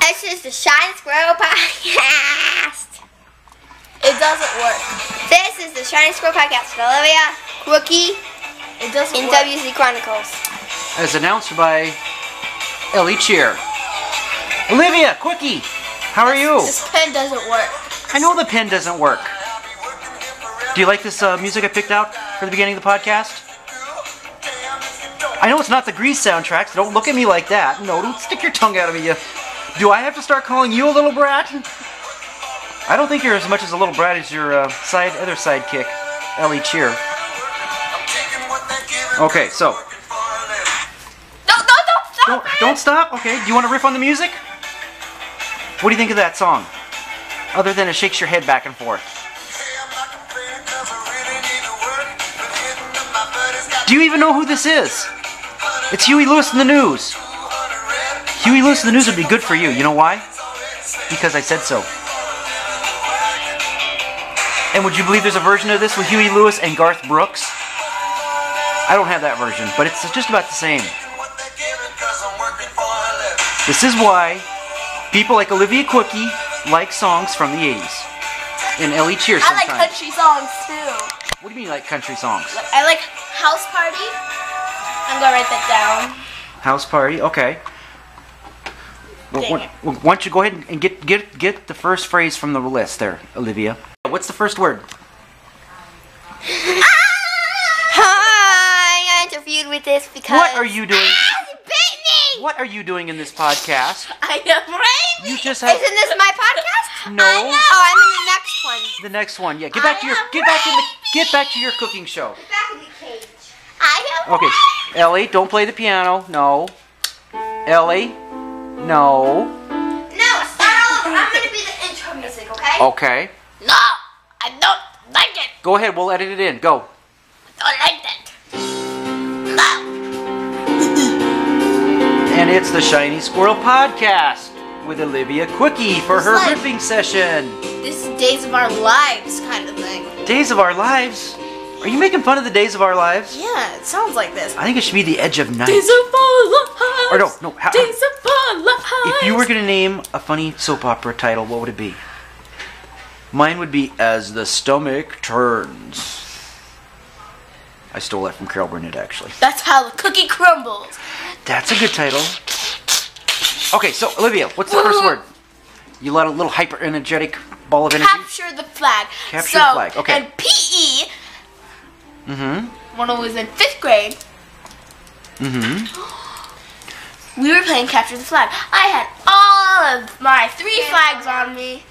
This is the Shine Squirrel Podcast. It doesn't work. This is the Shine Squirrel Podcast with Olivia, Rookie, It doesn't and work. WC Chronicles. as announced by Ellie Cheer. Olivia, quickie, how are you? This pen doesn't work. I know the pen doesn't work. Do you like this uh, music I picked out for the beginning of the podcast? I know it's not the Grease soundtrack, so don't look at me like that. No, don't stick your tongue out of me. You. Do I have to start calling you a little brat? I don't think you're as much as a little brat as your uh, side other sidekick, Ellie Cheer. Okay, so. No, no, no, Don't, don't stop. Okay. Do you want to riff on the music? What do you think of that song? Other than it shakes your head back and forth. Do you even know who this is? It's Huey Lewis in the News. Huey Lewis in the News would be good for you. You know why? Because I said so. And would you believe there's a version of this with Huey Lewis and Garth Brooks? I don't have that version, but it's just about the same. This is why people like Olivia Cookie like songs from the 80s. And Ellie Cheer I like sometimes. country songs too. What do you mean you like country songs? I like house party. I'm gonna write that down. House party, okay. Well, Dang why it. well, why don't you go ahead and get get get the first phrase from the list there, Olivia? What's the first word? Hi, I interviewed with this because. What are you doing? Ah, he bit me! What are you doing in this podcast? I am right. You just have Isn't this my podcast? No. I know. Oh, I'm in the next one. the next one. Yeah, get back to your get back in the get back to your cooking show. Back in the cage. I am. Okay, Ellie, don't play the piano. No, Ellie, no. No, start all over. I'm gonna be the intro music, okay? Okay, No, I don't like it. go ahead. We'll edit it in. Go. Don't like that. No. And it's the Shiny Squirrel podcast with Olivia Quickie for her Slide. riffing session. This is days of our lives kind of thing. Days of Our Lives? Are you making fun of the Days of Our Lives? Yeah, it sounds like this. I think it should be the Edge of Night. of our lives. Or no, no, ha- days of our lives. if you were going to name a funny soap opera title, what would it be? Mine would be As the Stomach Turns. I stole that from Carol Burnett, actually. That's how the cookie crumbles. That's a good title. Okay, so Olivia, what's the first word? You let a little hyper energetic ball of energy. Capture the flag. Capture so, the flag, okay. And PE. Mm-hmm. When I was in fifth grade. Mm-hmm. We were playing capture the flag. I had all of my three flags on me.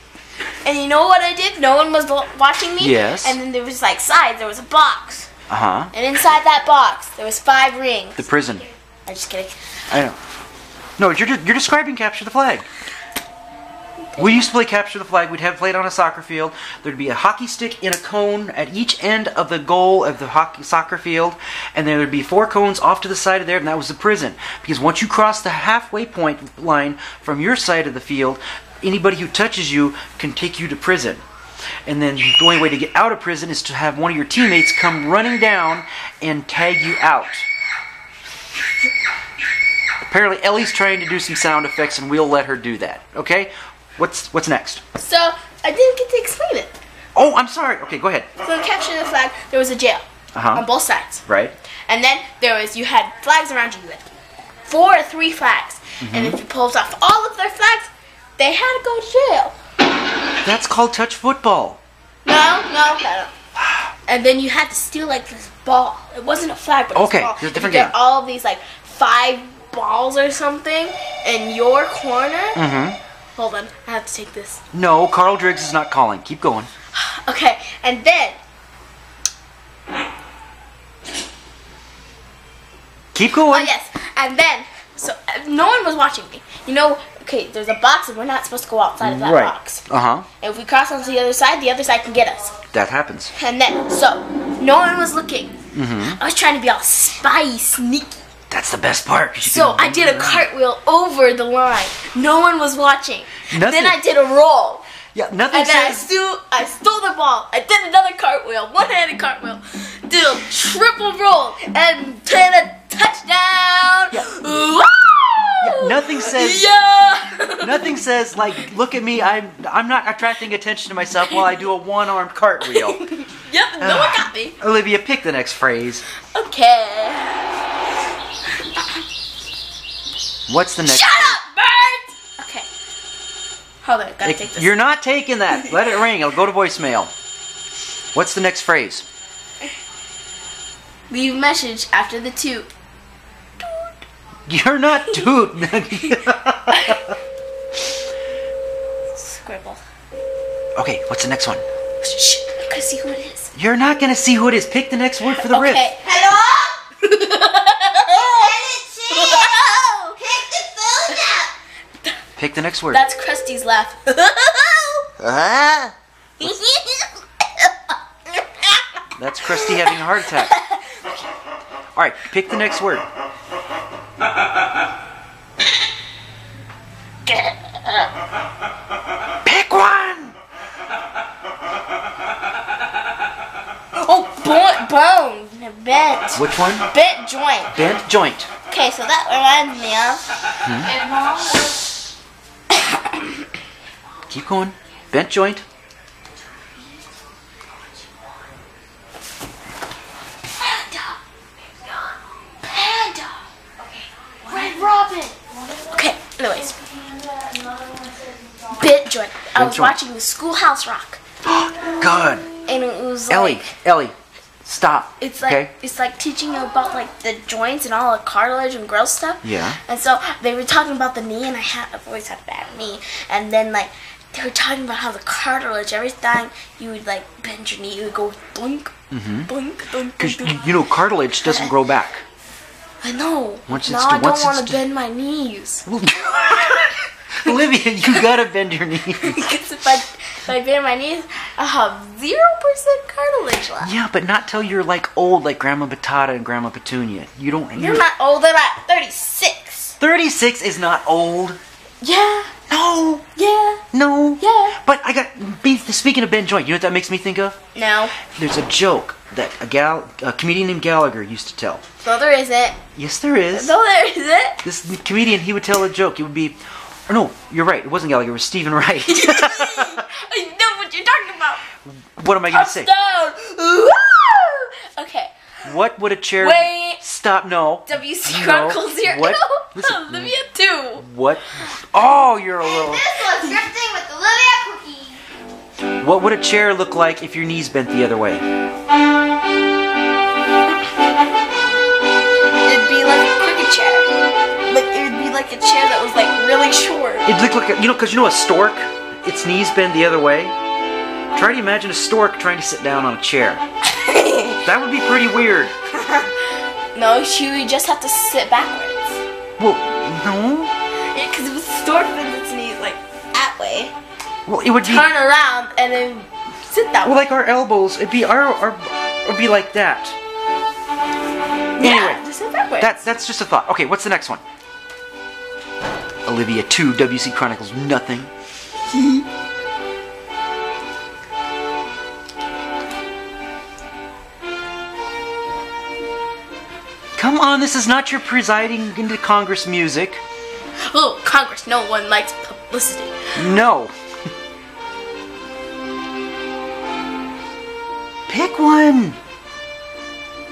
And you know what I did? No one was lo- watching me. Yes. And then there was like sides. There was a box. Uh huh. And inside that box, there was five rings. The prison. I'm just kidding. I know. No, you're, you're describing capture the flag. We used to play capture the flag. We'd have played on a soccer field. There'd be a hockey stick in a cone at each end of the goal of the hockey soccer field, and then there'd be four cones off to the side of there, and that was the prison. Because once you cross the halfway point line from your side of the field, anybody who touches you can take you to prison. And then the only way to get out of prison is to have one of your teammates come running down and tag you out. Apparently, Ellie's trying to do some sound effects, and we'll let her do that. Okay? What's what's next? So I didn't get to explain it. Oh, I'm sorry. Okay, go ahead. So in capture the flag, there was a jail Uh-huh. on both sides. Right. And then there was you had flags around you. You had four or three flags. Mm-hmm. And if you pulled off all of their flags, they had to go to jail. That's called touch football. No, no, no. And then you had to steal like this ball. It wasn't a flag, but it was Okay, a ball. there's a different you game. Get all these like five balls or something in your corner. Mm. Mm-hmm. Hold on, I have to take this. No, Carl Driggs is not calling. Keep going. Okay, and then Keep Oh going. yes, and then so uh, no one was watching me. You know, okay, there's a box, and we're not supposed to go outside of that right. box. Uh huh. If we cross onto the other side, the other side can get us. That happens. And then so no one was looking. Mm-hmm. I was trying to be all spy sneaky, That's the best part. 'cause you so can- I did a cartwheel over the line. No one was watching. Nothing. Then I did a roll, Yeah. Nothing and then I says. stole I stole the ball. I did another cartwheel, one-handed cartwheel, did a triple roll, and did a touchdown. Yeah. Woo! Nothing says Yeah. nothing says like look at me. I'm I'm not attracting attention to myself while I do a one-armed cartwheel. yep. No Ah. one got me. Olivia, pick the next phrase. Okay. What's the next? Shut up, bird. Okay. Hold on. Gotta take this. You're not taking that. Let it ring. It'll go to voicemail. What's the next phrase? Leave message after the toot. You're not dude. Scribble. okay, what's the next one? Shh. I'm gonna see who it is. You're not gonna see who it is. Pick the next word for the riff. Okay. Hello? Hello. Hello? Pick the phone up. Pick the next word. That's Krusty's laugh. Ah. That's Krusty having a heart attack. All right, pick the next word. Pick one. oh, bone, bone, bent, Which one? bent joint. Bent joint. Okay, so that reminds me of. Keep going. Bent joint. Okay, anyways, bent joint. I Bent was joint. watching the Schoolhouse Rock, Good. and it was like Ellie. Ellie. Stop. it's like okay. it's like teaching you about like the joints and all the cartilage and gross stuff. Yeah. And so they were talking about the knee, and I had I've always had a bad knee, and then like they were talking about how the cartilage every time you would like bend your knee, it would go blink, blink, blink, Because blink, Mm-hmm. you, you know cartilage doesn't grow back. I know. Once no, it's I do- once don't want to it's do- bend my knees. Olivia, you gotta bend your knees. Because if I, if I bend my knees, I'll have zero percent cartilage left. Yeah, but not till you're like old, like Grandma Batata and Grandma Petunia. You don't. You're not old. I'm at 36. 36 is not old. Yeah, No, yeah, no. Yeah. But I got. be- Speaking of Ben Joint, you know what that makes me think of? no. There's a joke that a gal, a comedian named Gallagher used to tell. No, there isn't. Yes, there is. No, there isn't. This comedian, he would tell a joke. It would be, or no, you're right. It wasn't Gallagher. It was Stephen Wright. I know what you're talking about. what am I gonna say? Touchdown! Woo! Okay. What would a chair? Wait. Stop. No. WC No. Chronicles here. What? No, Listen. Olivia too. What? Oh, you're a little. This was drifting with Olivia Cookie. What would a chair look like if your knees bent the other way? It'd be like a cricket chair. Like it would be like a chair that was like really short. It'd look like a, you know, because you know a stork, its knees bend the other way. Try to imagine a stork trying to sit down on a chair. That would be pretty weird. no, she would just have to sit backwards. Well, no. Because it was stork with its knees like that way. Well, it would be Turn around and then sit that well, way. like our elbows. It'd be our, our it'd be like that. yeah, anyway, just sit backwards. That that's just a thought. Okay, what's the next one? Olivia two WC Chronicles nothing. Come on, this is not your presiding into Congress music. oh, Congress, no one likes publicity. No. Pick one.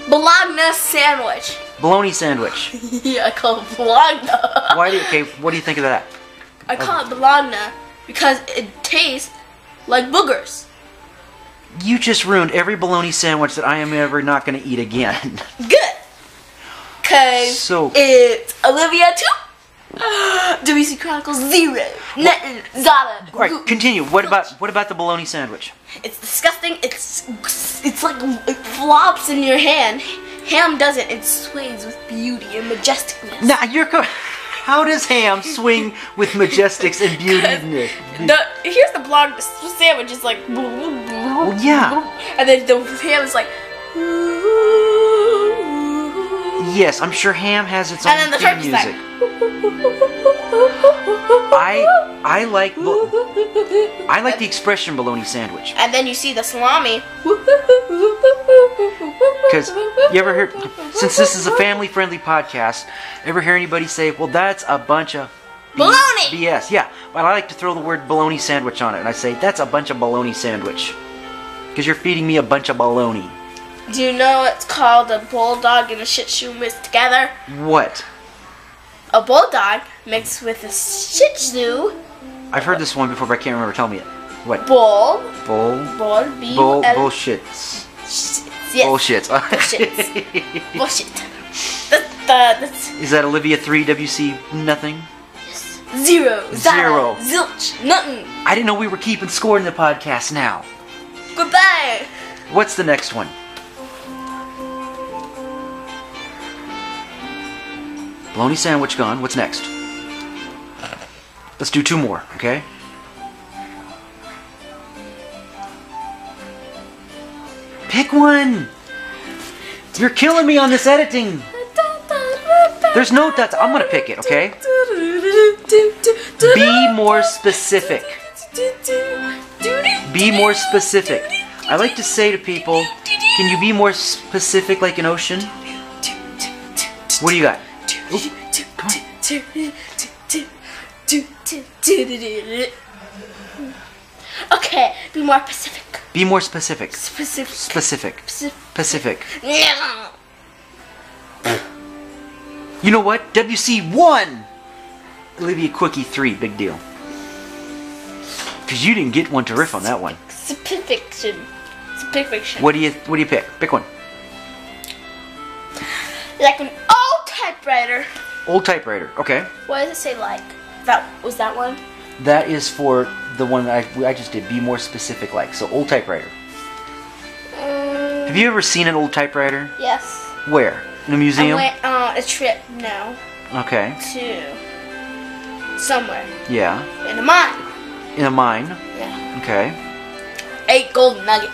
Bologna sandwich. Bologna sandwich. Yeah, I call it Bologna. Why do you, okay? What do you think of that? I call it Bologna because it tastes like boogers. You just ruined every bologna sandwich that I am ever not going to eat again. Good. Cause So- it's Olivia too. WC Chronicles Zero. Net Zada. All right, continue. What about what about the bologna sandwich? It's disgusting. It's it's like it flops in your hand. Ham doesn't. It sways with beauty and majesticness. Now you're co- how does ham swing with majestics and beauty? The, here's the blog sandwich is like, well, yeah. and then the ham is like, and Yes, I'm sure ham has its own then the theme turkey's music. like, I I like bo- I like the expression bologna sandwich And then you see the salami. because you ever hear since this is a family friendly podcast, ever hear anybody say, "Well, that's a bunch of B- Baloney!" BS." Yeah, but I like to throw the word bologna sandwich on it, and I say, "That's a bunch of bologna sandwich," because you're feeding me a bunch of bologna. Do you know it's called a bulldog and a shih tzu mixed together? What? A bulldog mixed with a shih tzu I've heard this one before, but I can't remember. Tell me it. What? bull Bull. bull b Bull. L- Bullshits. yes, Bullshits. Bullshits. bullshit. That, that, that's Is that Olivia 3 WC nothing? zero zada, Zero. zilch nothing. I didn't know we were keeping score in the podcast now. Goodbye. What's the next one? Bologna sandwich gone. What's next? Let's do two more, okay? Pick one! You're killing me on this editing! There's no dots. I'm gonna pick it, okay? Be more specific. Be more specific. I like to say to people, can you be more specific like an ocean? What do you got? Oop, come on. Okay, be more specific. Be more specific. Specific. Specific. Specific. Specific. Yeah. You know what? WC1! Olivia Quickie 3, big deal. Because you didn't get one to riff on that one. Specifiction. Specifiction. What do you what do you pick? Pick one. Like an old typewriter. Old typewriter. Okay. What does it say like? That was that one? That is for the one that I, I just did. Be more specific like. So old typewriter. Um, Have you ever seen an old typewriter? yes. Where? In a museum? I went on a trip now Okay. to somewhere Yeah. in a mine. In a mine. Yeah. Okay. Eight gold nuggets.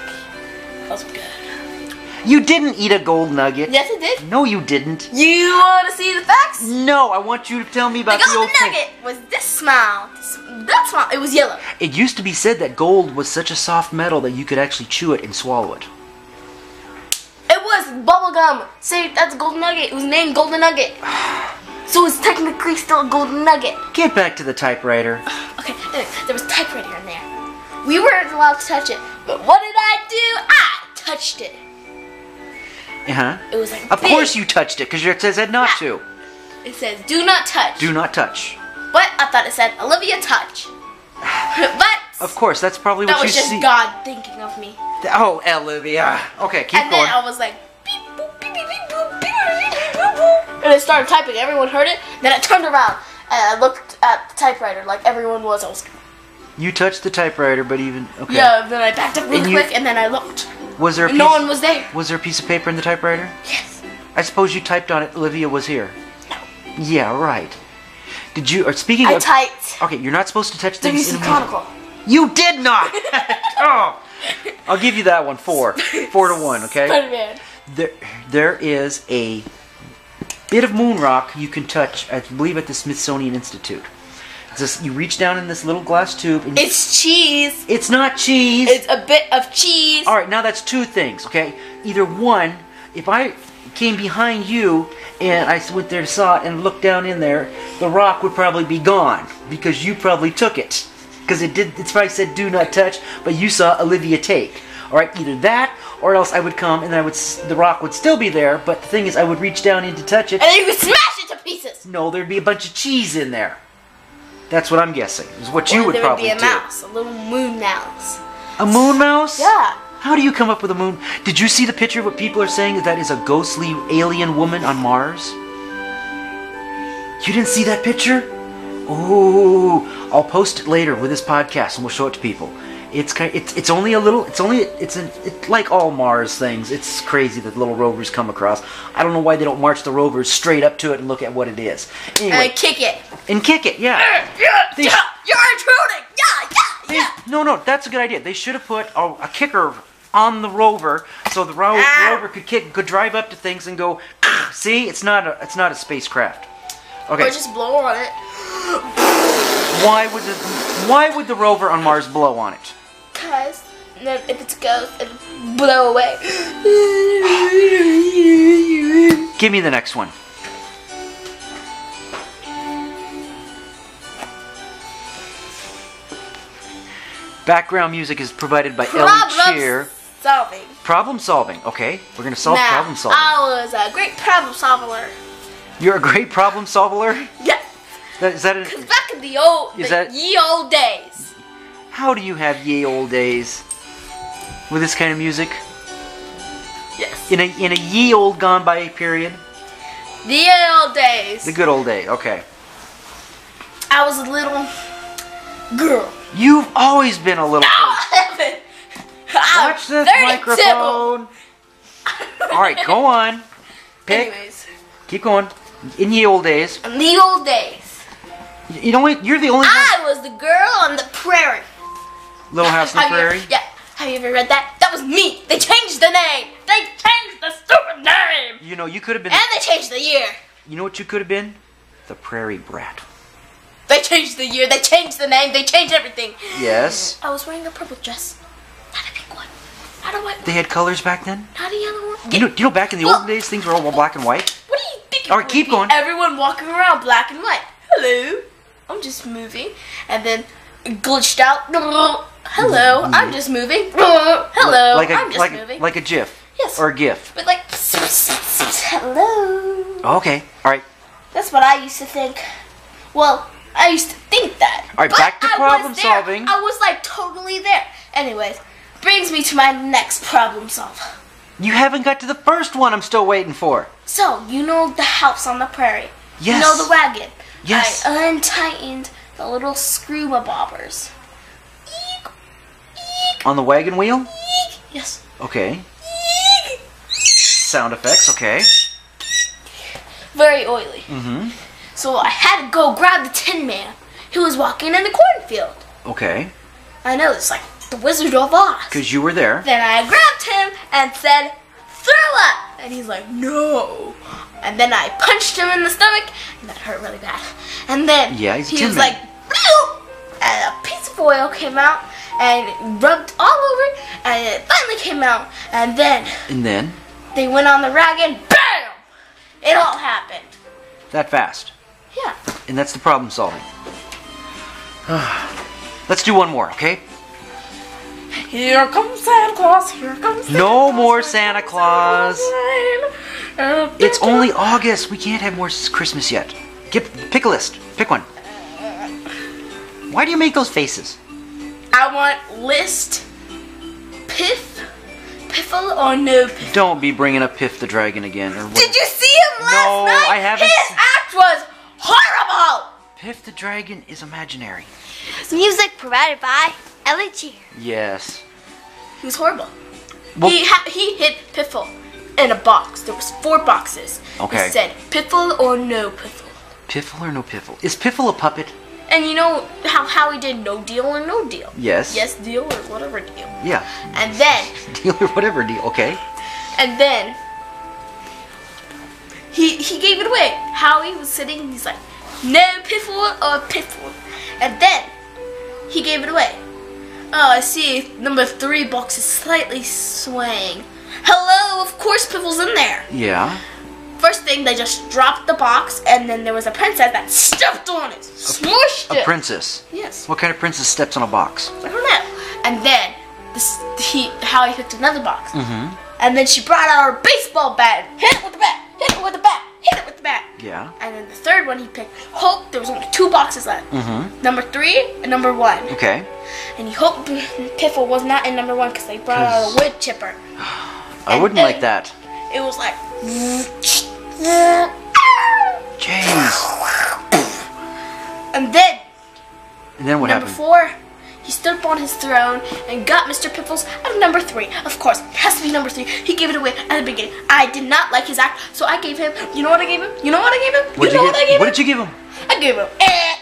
That was good. You didn't eat a gold nugget. Yes, I did. No, you didn't. You want to see the facts? No, I want you to tell me The about the, old golden thing. nugget was this small. This, that small. It was yellow. It used to be said that gold was such a soft metal that you could actually chew it and swallow it. It was bubblegum. Say that's a golden nugget. It was named golden nugget. So it's technically still a golden nugget. Get back to the typewriter. Okay, anyway, there was typewriter in there. We weren't allowed to touch it, but what did I do? I touched it. Uh huh. It was like Of big. course you touched it because it said not to. It says do not touch. Do not touch. But I thought it said Olivia touch. but Of course, that's probably that what was you just see. God thinking of me. Oh, Olivia. Okay, keep and going. then I was like, beep, boop, beep, beep, beep, boop, beep, beep, beep, boop, boop. And I started typing. Everyone heard it. Then I turned around and I looked at the typewriter like everyone was. I was, you touched the typewriter, but even okay. yeah. Then I backed up real And you- quick and then I looked. Was there a piece? And no one was there. Was there a piece of paper in the typewriter? Yes. I suppose you typed on it. Olivia was here. No. Yeah, right. Did you? Or speaking I of. typed. okay, you're not supposed to touch things. WC in a- Chronicle. You did not. oh, I'll give you that one. Four, four to one. Okay. Spider-Man. There, there is a bit of moon rock you can touch. I believe at the Smithsonian Institute. It's This, you reach down in this little glass tube. And It's cheese. it's not cheese. It's a bit of cheese. All right, now that's two things, okay? Either one, if I came behind you and I s- went there, saw it, and looked down in there, the rock would probably be gone because you probably took it. Because it did, it's probably said do not touch, but you saw Olivia take. All right, either that or else I would come and I would, s- the rock would still be there, but the thing is I would reach down in to touch it. And then you can smash it to pieces. No, there'd be a bunch of cheese in there. That's what I'm guessing, is what you Or would there probably would be a do. mouse, a little moon mouse. A moon mouse? Yeah. How do you come up with a moon? Did you see the picture of what people are saying that that is a ghostly alien woman on Mars? You didn't see that picture? Ooh, I'll post it later with this podcast and we'll show it to people. It's kind it's it's only a little it's only it's an it's like all Mars things. It's crazy that little rovers come across. I don't know why they don't march the rovers straight up to it and look at what it is. And Anyway, Uh, kick it. and kick it. Yeah. Yeah, They- yeah, you're intruding. Yeah, yeah, yeah. No, no, that's a good idea. They should have put a, a kicker on the rover so the ro- Ah. rover could kick, could drive up to things and go. "Ah, See, it's not a, it's not a spacecraft. Okay. Or just blow on it. Why would the Why would the rover on Mars blow on it? Cause then if it's a ghost, it'll blow away. Give me the next one. Background music is provided by Ellie Cheer. Problem solving. Problem solving. Okay, we're gonna solve Now, problem solving. Um, I was a great problem solver. You're a great problem solver. Yeah. That, is that an, Cause back in the old, Is the that- ye old days. How do you have ye old days with this kind of music? Yes. In a in a ye old gone by period? The ye old days. The good old days, okay. I was a little girl. You've always been a little person. Eleven. I'm Watch this 32. microphone. Alright, go on. Pick Anyways, keep going. In ye old days. in the old days, You know what? You're the only one I was the girl on the prairie. Little House on the Have you- Prairie. yeah. Have you ever read that? That was me. They changed the name. They changed the stupid name. You know, you could have been And they changed the year. you know what you could have been? The prairie brat. They changed the year. They changed the name. They changed everything. Yes. I was wearing a purple dress, not a pink one, not a white They one, had colors back then? not a yellow one. You know, you know back in the Look. old days things were all black and white? What do you think? it All right, would keep be? going. Everyone walking around black and white. Hello, I'm just moving, and then it glitched out. Hello, I'm just moving. Hello, like a, I'm just like, moving. Like a GIF. Yes. Or a GIF. Oh, but like, hello. Okay. All right. That's what I used to think. Well, I used to think that. All right, But back to I was problem there. solving. I was like totally there. Anyways, brings me to my next problem solver. You haven't got to the first one I'm still waiting for. So, you know the house on the prairie. Yes. You know the wagon. Yes. I untightened the little screw bobbers. Eek, eek, On the wagon wheel? eek. Yes. Okay. Eek. Sound effects, okay. Very oily. Mm-hmm. So I had to go grab the Tin Man. He was walking in the cornfield. Okay. I know, it's like the Wizard of Oz. Because you were there. Then I grabbed him and said, throw up! And he's like, no. And then I punched him in the stomach, and that hurt really bad. And then Yeah, he's a he tin was man. like, "Bloop!" and a piece of oil came out and rubbed all over, and it finally came out. And then And then, they went on the rag, and bam! It all happened. that fast. Yeah. And that's the problem solving. Let's do one more, okay? Here comes Santa Claus, here comes Santa No Claus, more here Santa comes Claus. Claus. It's only August. We can't have more s- Christmas yet. Get, pick a list. Pick one. Why do you make those faces? I want list piff, piffle or no piff. Don't be bringing up Piff the Dragon again. Or what- Did you see him last No, night? I haven't His se- act was horrible. Piff the Dragon is imaginary. Music provided by Ellie Cheer. Yes. He was horrible. Well- he ha- he hit piffle in a box. There was four boxes. Okay. It said piffle or no piffle. Piffle or no piffle? Is Piffle a puppet? And you know how how he did no deal or no deal. Yes. Yes deal or whatever deal. Yeah. And then Deal or whatever deal. Okay. And then he he gave it away. Howie was sitting and he's like, no piffle or piffle. And then he gave it away. Oh, I see. Number three box is slightly swaying. Hello, of course Piffle's in there. Yeah. First thing, they just dropped the box, and then there was a princess that stepped on it, smushed A it. princess. yes. What kind of princess steps on a box? I don't know. And then this, he, Howie picked another box. Mm-hmm. And then she brought out her baseball bat and hit it with the bat, hit it with the bat, hit it with the bat. Yeah. And then the third one he picked, hoped there was only two boxes left. Mm-hmm. Number three and number one. Okay. And he hoped Piffle was not in number one because they brought out a Because- wood chipper. I And wouldn't then- like that. It was like, "Ah!" Jeez. and then And then what Number happened? four, he stood up on his throne and got Mr. Piffles out of number three. Of course, it has to be number three. He gave it away at the beginning. I did not like his act, so I gave him. You know what I gave him? You know what I gave him? What'd you know you what I give? gave What him? did you give him? I gave him eh,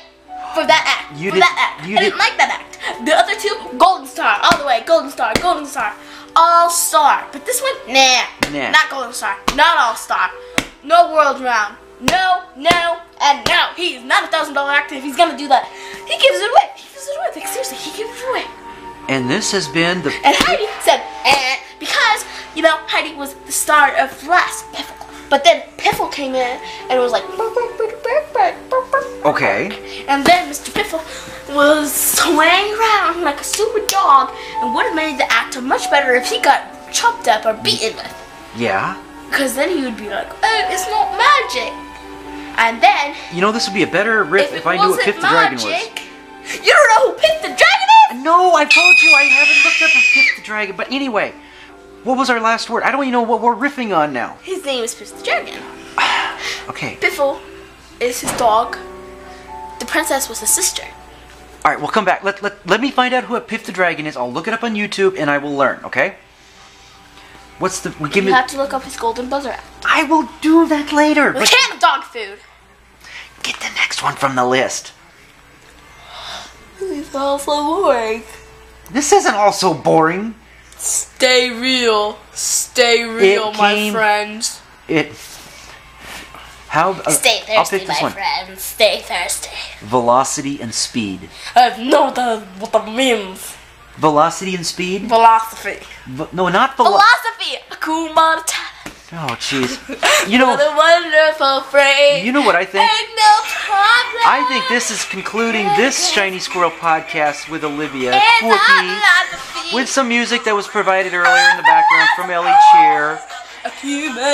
for that act. You for did- that act. you I did- didn't like that act. The other two, golden star all the way. Golden star, golden star, all star. But this one, nah, Nah. not golden star, not all star, no world round. no, no, and no. He is not a thousand dollar actor if he's gonna do that. He gives it away. He gives it away. Like seriously, he gives it away. And this has been the And Heidi said, eh, because, you know, Heidi was the star of last Piffle. But then Piffle came in and was like, "Burp, burp, burp, burp, burp, burp, burp." okay. and then Mr. Piffle was swaying around like a stupid dog and would have made the actor much better if he got chopped up or beaten with. Yeah. Because then he would be like, oh, it's not magic. And then, You know, this would be a better riff if, it if, I knew wasn't what Pip the Dragon magic, was. you don't know who Pip the Dragon is? No, I told you I haven't looked up a Pip the Dragon. But anyway, what was our last word? I don't even know what we're riffing on now. His name is Pip the Dragon. Okay. Piffle is his dog. The princess was his sister. All right, we'll come back. Let, let, let me find out who Pip the Dragon is. I'll look it up on YouTube and I will learn, okay? What's the. Give You me. have to look up his golden buzzer act. I will do that later. We But can't have dog food. get the next one from the list. It's all so boring. This isn't all so boring. Stay real. Stay real, my came- friends. It. How. Uh, Stay I'll thirsty, pick this my one. friends. Stay thirsty. Velocity and speed. I have no idea what that means. Velocity and speed? Philosophy. V- no, not velocity. Philosophy. Akuma Matata. Oh, jeez. You know, What a wonderful phrase. you know what I think? Ain't no problem. I think this is concluding this Shiny Squirrel podcast with Olivia, It's all Wookie, philosophy. with some music that was provided earlier in the background from Ellie Cheer,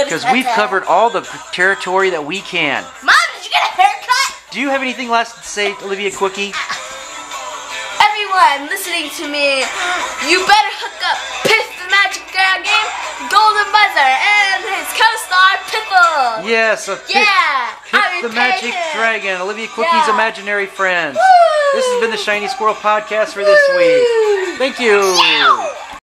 because we've covered all the territory that we can. Mom, did you get a haircut? Do you have anything last to say, Olivia Quickie? Everyone listening to me, you better hook up Piff the Magic Girl game, Golden Buzzer, and his co-star Piffle. Yes, a pick, Yeah, I'm the Magic impatient. Dragon, Olivia Quickie's Yeah. imaginary friends. Woo! This has been the Shiny Squirrel podcast for this Woo! week. Thank you. Yow!